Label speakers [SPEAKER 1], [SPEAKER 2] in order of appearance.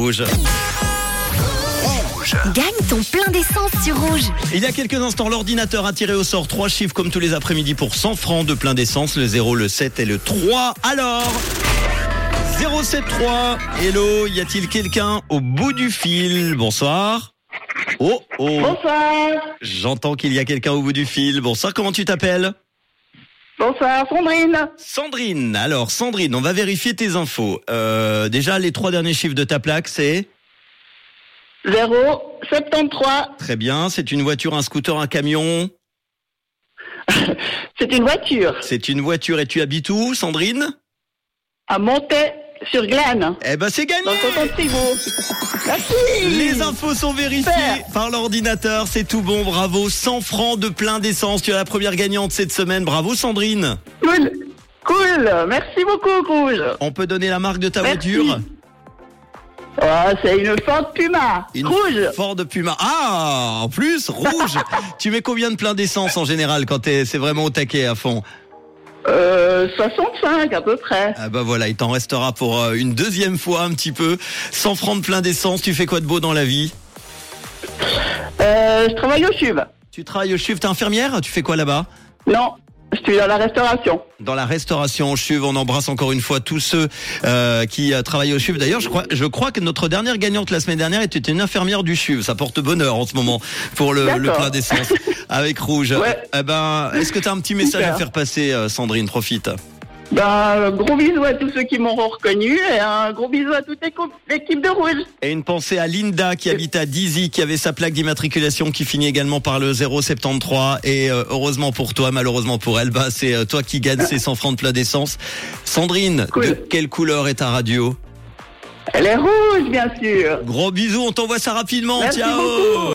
[SPEAKER 1] Rouge.
[SPEAKER 2] Gagne ton plein d'essence sur Rouge.
[SPEAKER 1] Il y a quelques instants, l'ordinateur a tiré au sort trois chiffres comme tous les après-midi pour 100 francs de plein d'essence, le 0, le 7 et le 3. Alors 073, hello, y a-t-il quelqu'un au bout du fil Bonsoir. Oh, oh,
[SPEAKER 3] Bonsoir.
[SPEAKER 1] j'entends qu'il y a quelqu'un au bout du fil. Bonsoir, comment tu t'appelles
[SPEAKER 3] Bonsoir, Sandrine.
[SPEAKER 1] Sandrine. Alors, Sandrine, on va vérifier tes infos. Euh, déjà, les trois derniers chiffres de ta plaque, c'est
[SPEAKER 3] 0, 73.
[SPEAKER 1] très bien. C'est une voiture, un scooter, un camion.
[SPEAKER 3] C'est une voiture
[SPEAKER 1] C'est une voiture et tu habites où, Sandrine
[SPEAKER 3] à Montaigne-sur-Glane,
[SPEAKER 1] Eh ben, c'est gagné
[SPEAKER 3] dans le canton de Fribourg. Merci.
[SPEAKER 1] Les infos sont vérifiées
[SPEAKER 3] Super.
[SPEAKER 1] par l'ordinateur, c'est tout bon, bravo. 100 francs de plein d'essence, tu es la première gagnante cette semaine, bravo Sandrine.
[SPEAKER 3] Cool. Cool. Merci beaucoup, Rouge.
[SPEAKER 1] On peut donner la marque de ta
[SPEAKER 3] Merci.
[SPEAKER 1] voiture
[SPEAKER 3] Oh, c'est une Ford Puma.
[SPEAKER 1] Une
[SPEAKER 3] Rouge.
[SPEAKER 1] Ford Puma. Ah, en plus, rouge. tu mets combien de plein d'essence en général quand t'es- c'est vraiment au taquet à fond
[SPEAKER 3] Euh, 65 à peu près.
[SPEAKER 1] Ah bah voilà, il t'en restera pour euh, une deuxième fois un petit peu. 100 francs de plein d'essence, tu fais quoi de beau dans la vie
[SPEAKER 3] Euh, je travaille au CHUB.
[SPEAKER 1] Tu travailles au CHUV, t'es infirmière Tu fais quoi là-bas
[SPEAKER 3] Non, je suis dans la restauration.
[SPEAKER 1] dans la restauration au CHUV. On embrasse encore une fois tous ceux euh, qui euh, travaillent au CHUV. D'ailleurs, je crois, je crois que notre dernière gagnante la semaine dernière était une infirmière du CHUV. Ça porte bonheur en ce moment pour le, le
[SPEAKER 3] D'accord.
[SPEAKER 1] plein d'essence avec Rouge.
[SPEAKER 3] Ouais.
[SPEAKER 1] Eh ben, est-ce que tu as un petit message
[SPEAKER 3] Super.
[SPEAKER 1] à faire passer, euh, Sandrine Profite.
[SPEAKER 3] Ben, gros bisous à tous ceux qui m'ont reconnu et un gros bisou à toute l'éco- l'équipe de Rouge.
[SPEAKER 1] Et une pensée à Linda qui habite à Dizzy, qui avait sa plaque d'immatriculation qui finit également par le 073. Et euh, heureusement pour toi, malheureusement pour elle, bah, c'est euh, toi qui gagne ces 100 francs de plein d'essence. Sandrine,
[SPEAKER 3] Cool.
[SPEAKER 1] de quelle couleur est ta radio
[SPEAKER 3] Elle est rouge, bien sûr.
[SPEAKER 1] Gros bisous, on t'envoie ça rapidement.
[SPEAKER 3] Merci
[SPEAKER 1] Ciao.
[SPEAKER 3] beaucoup.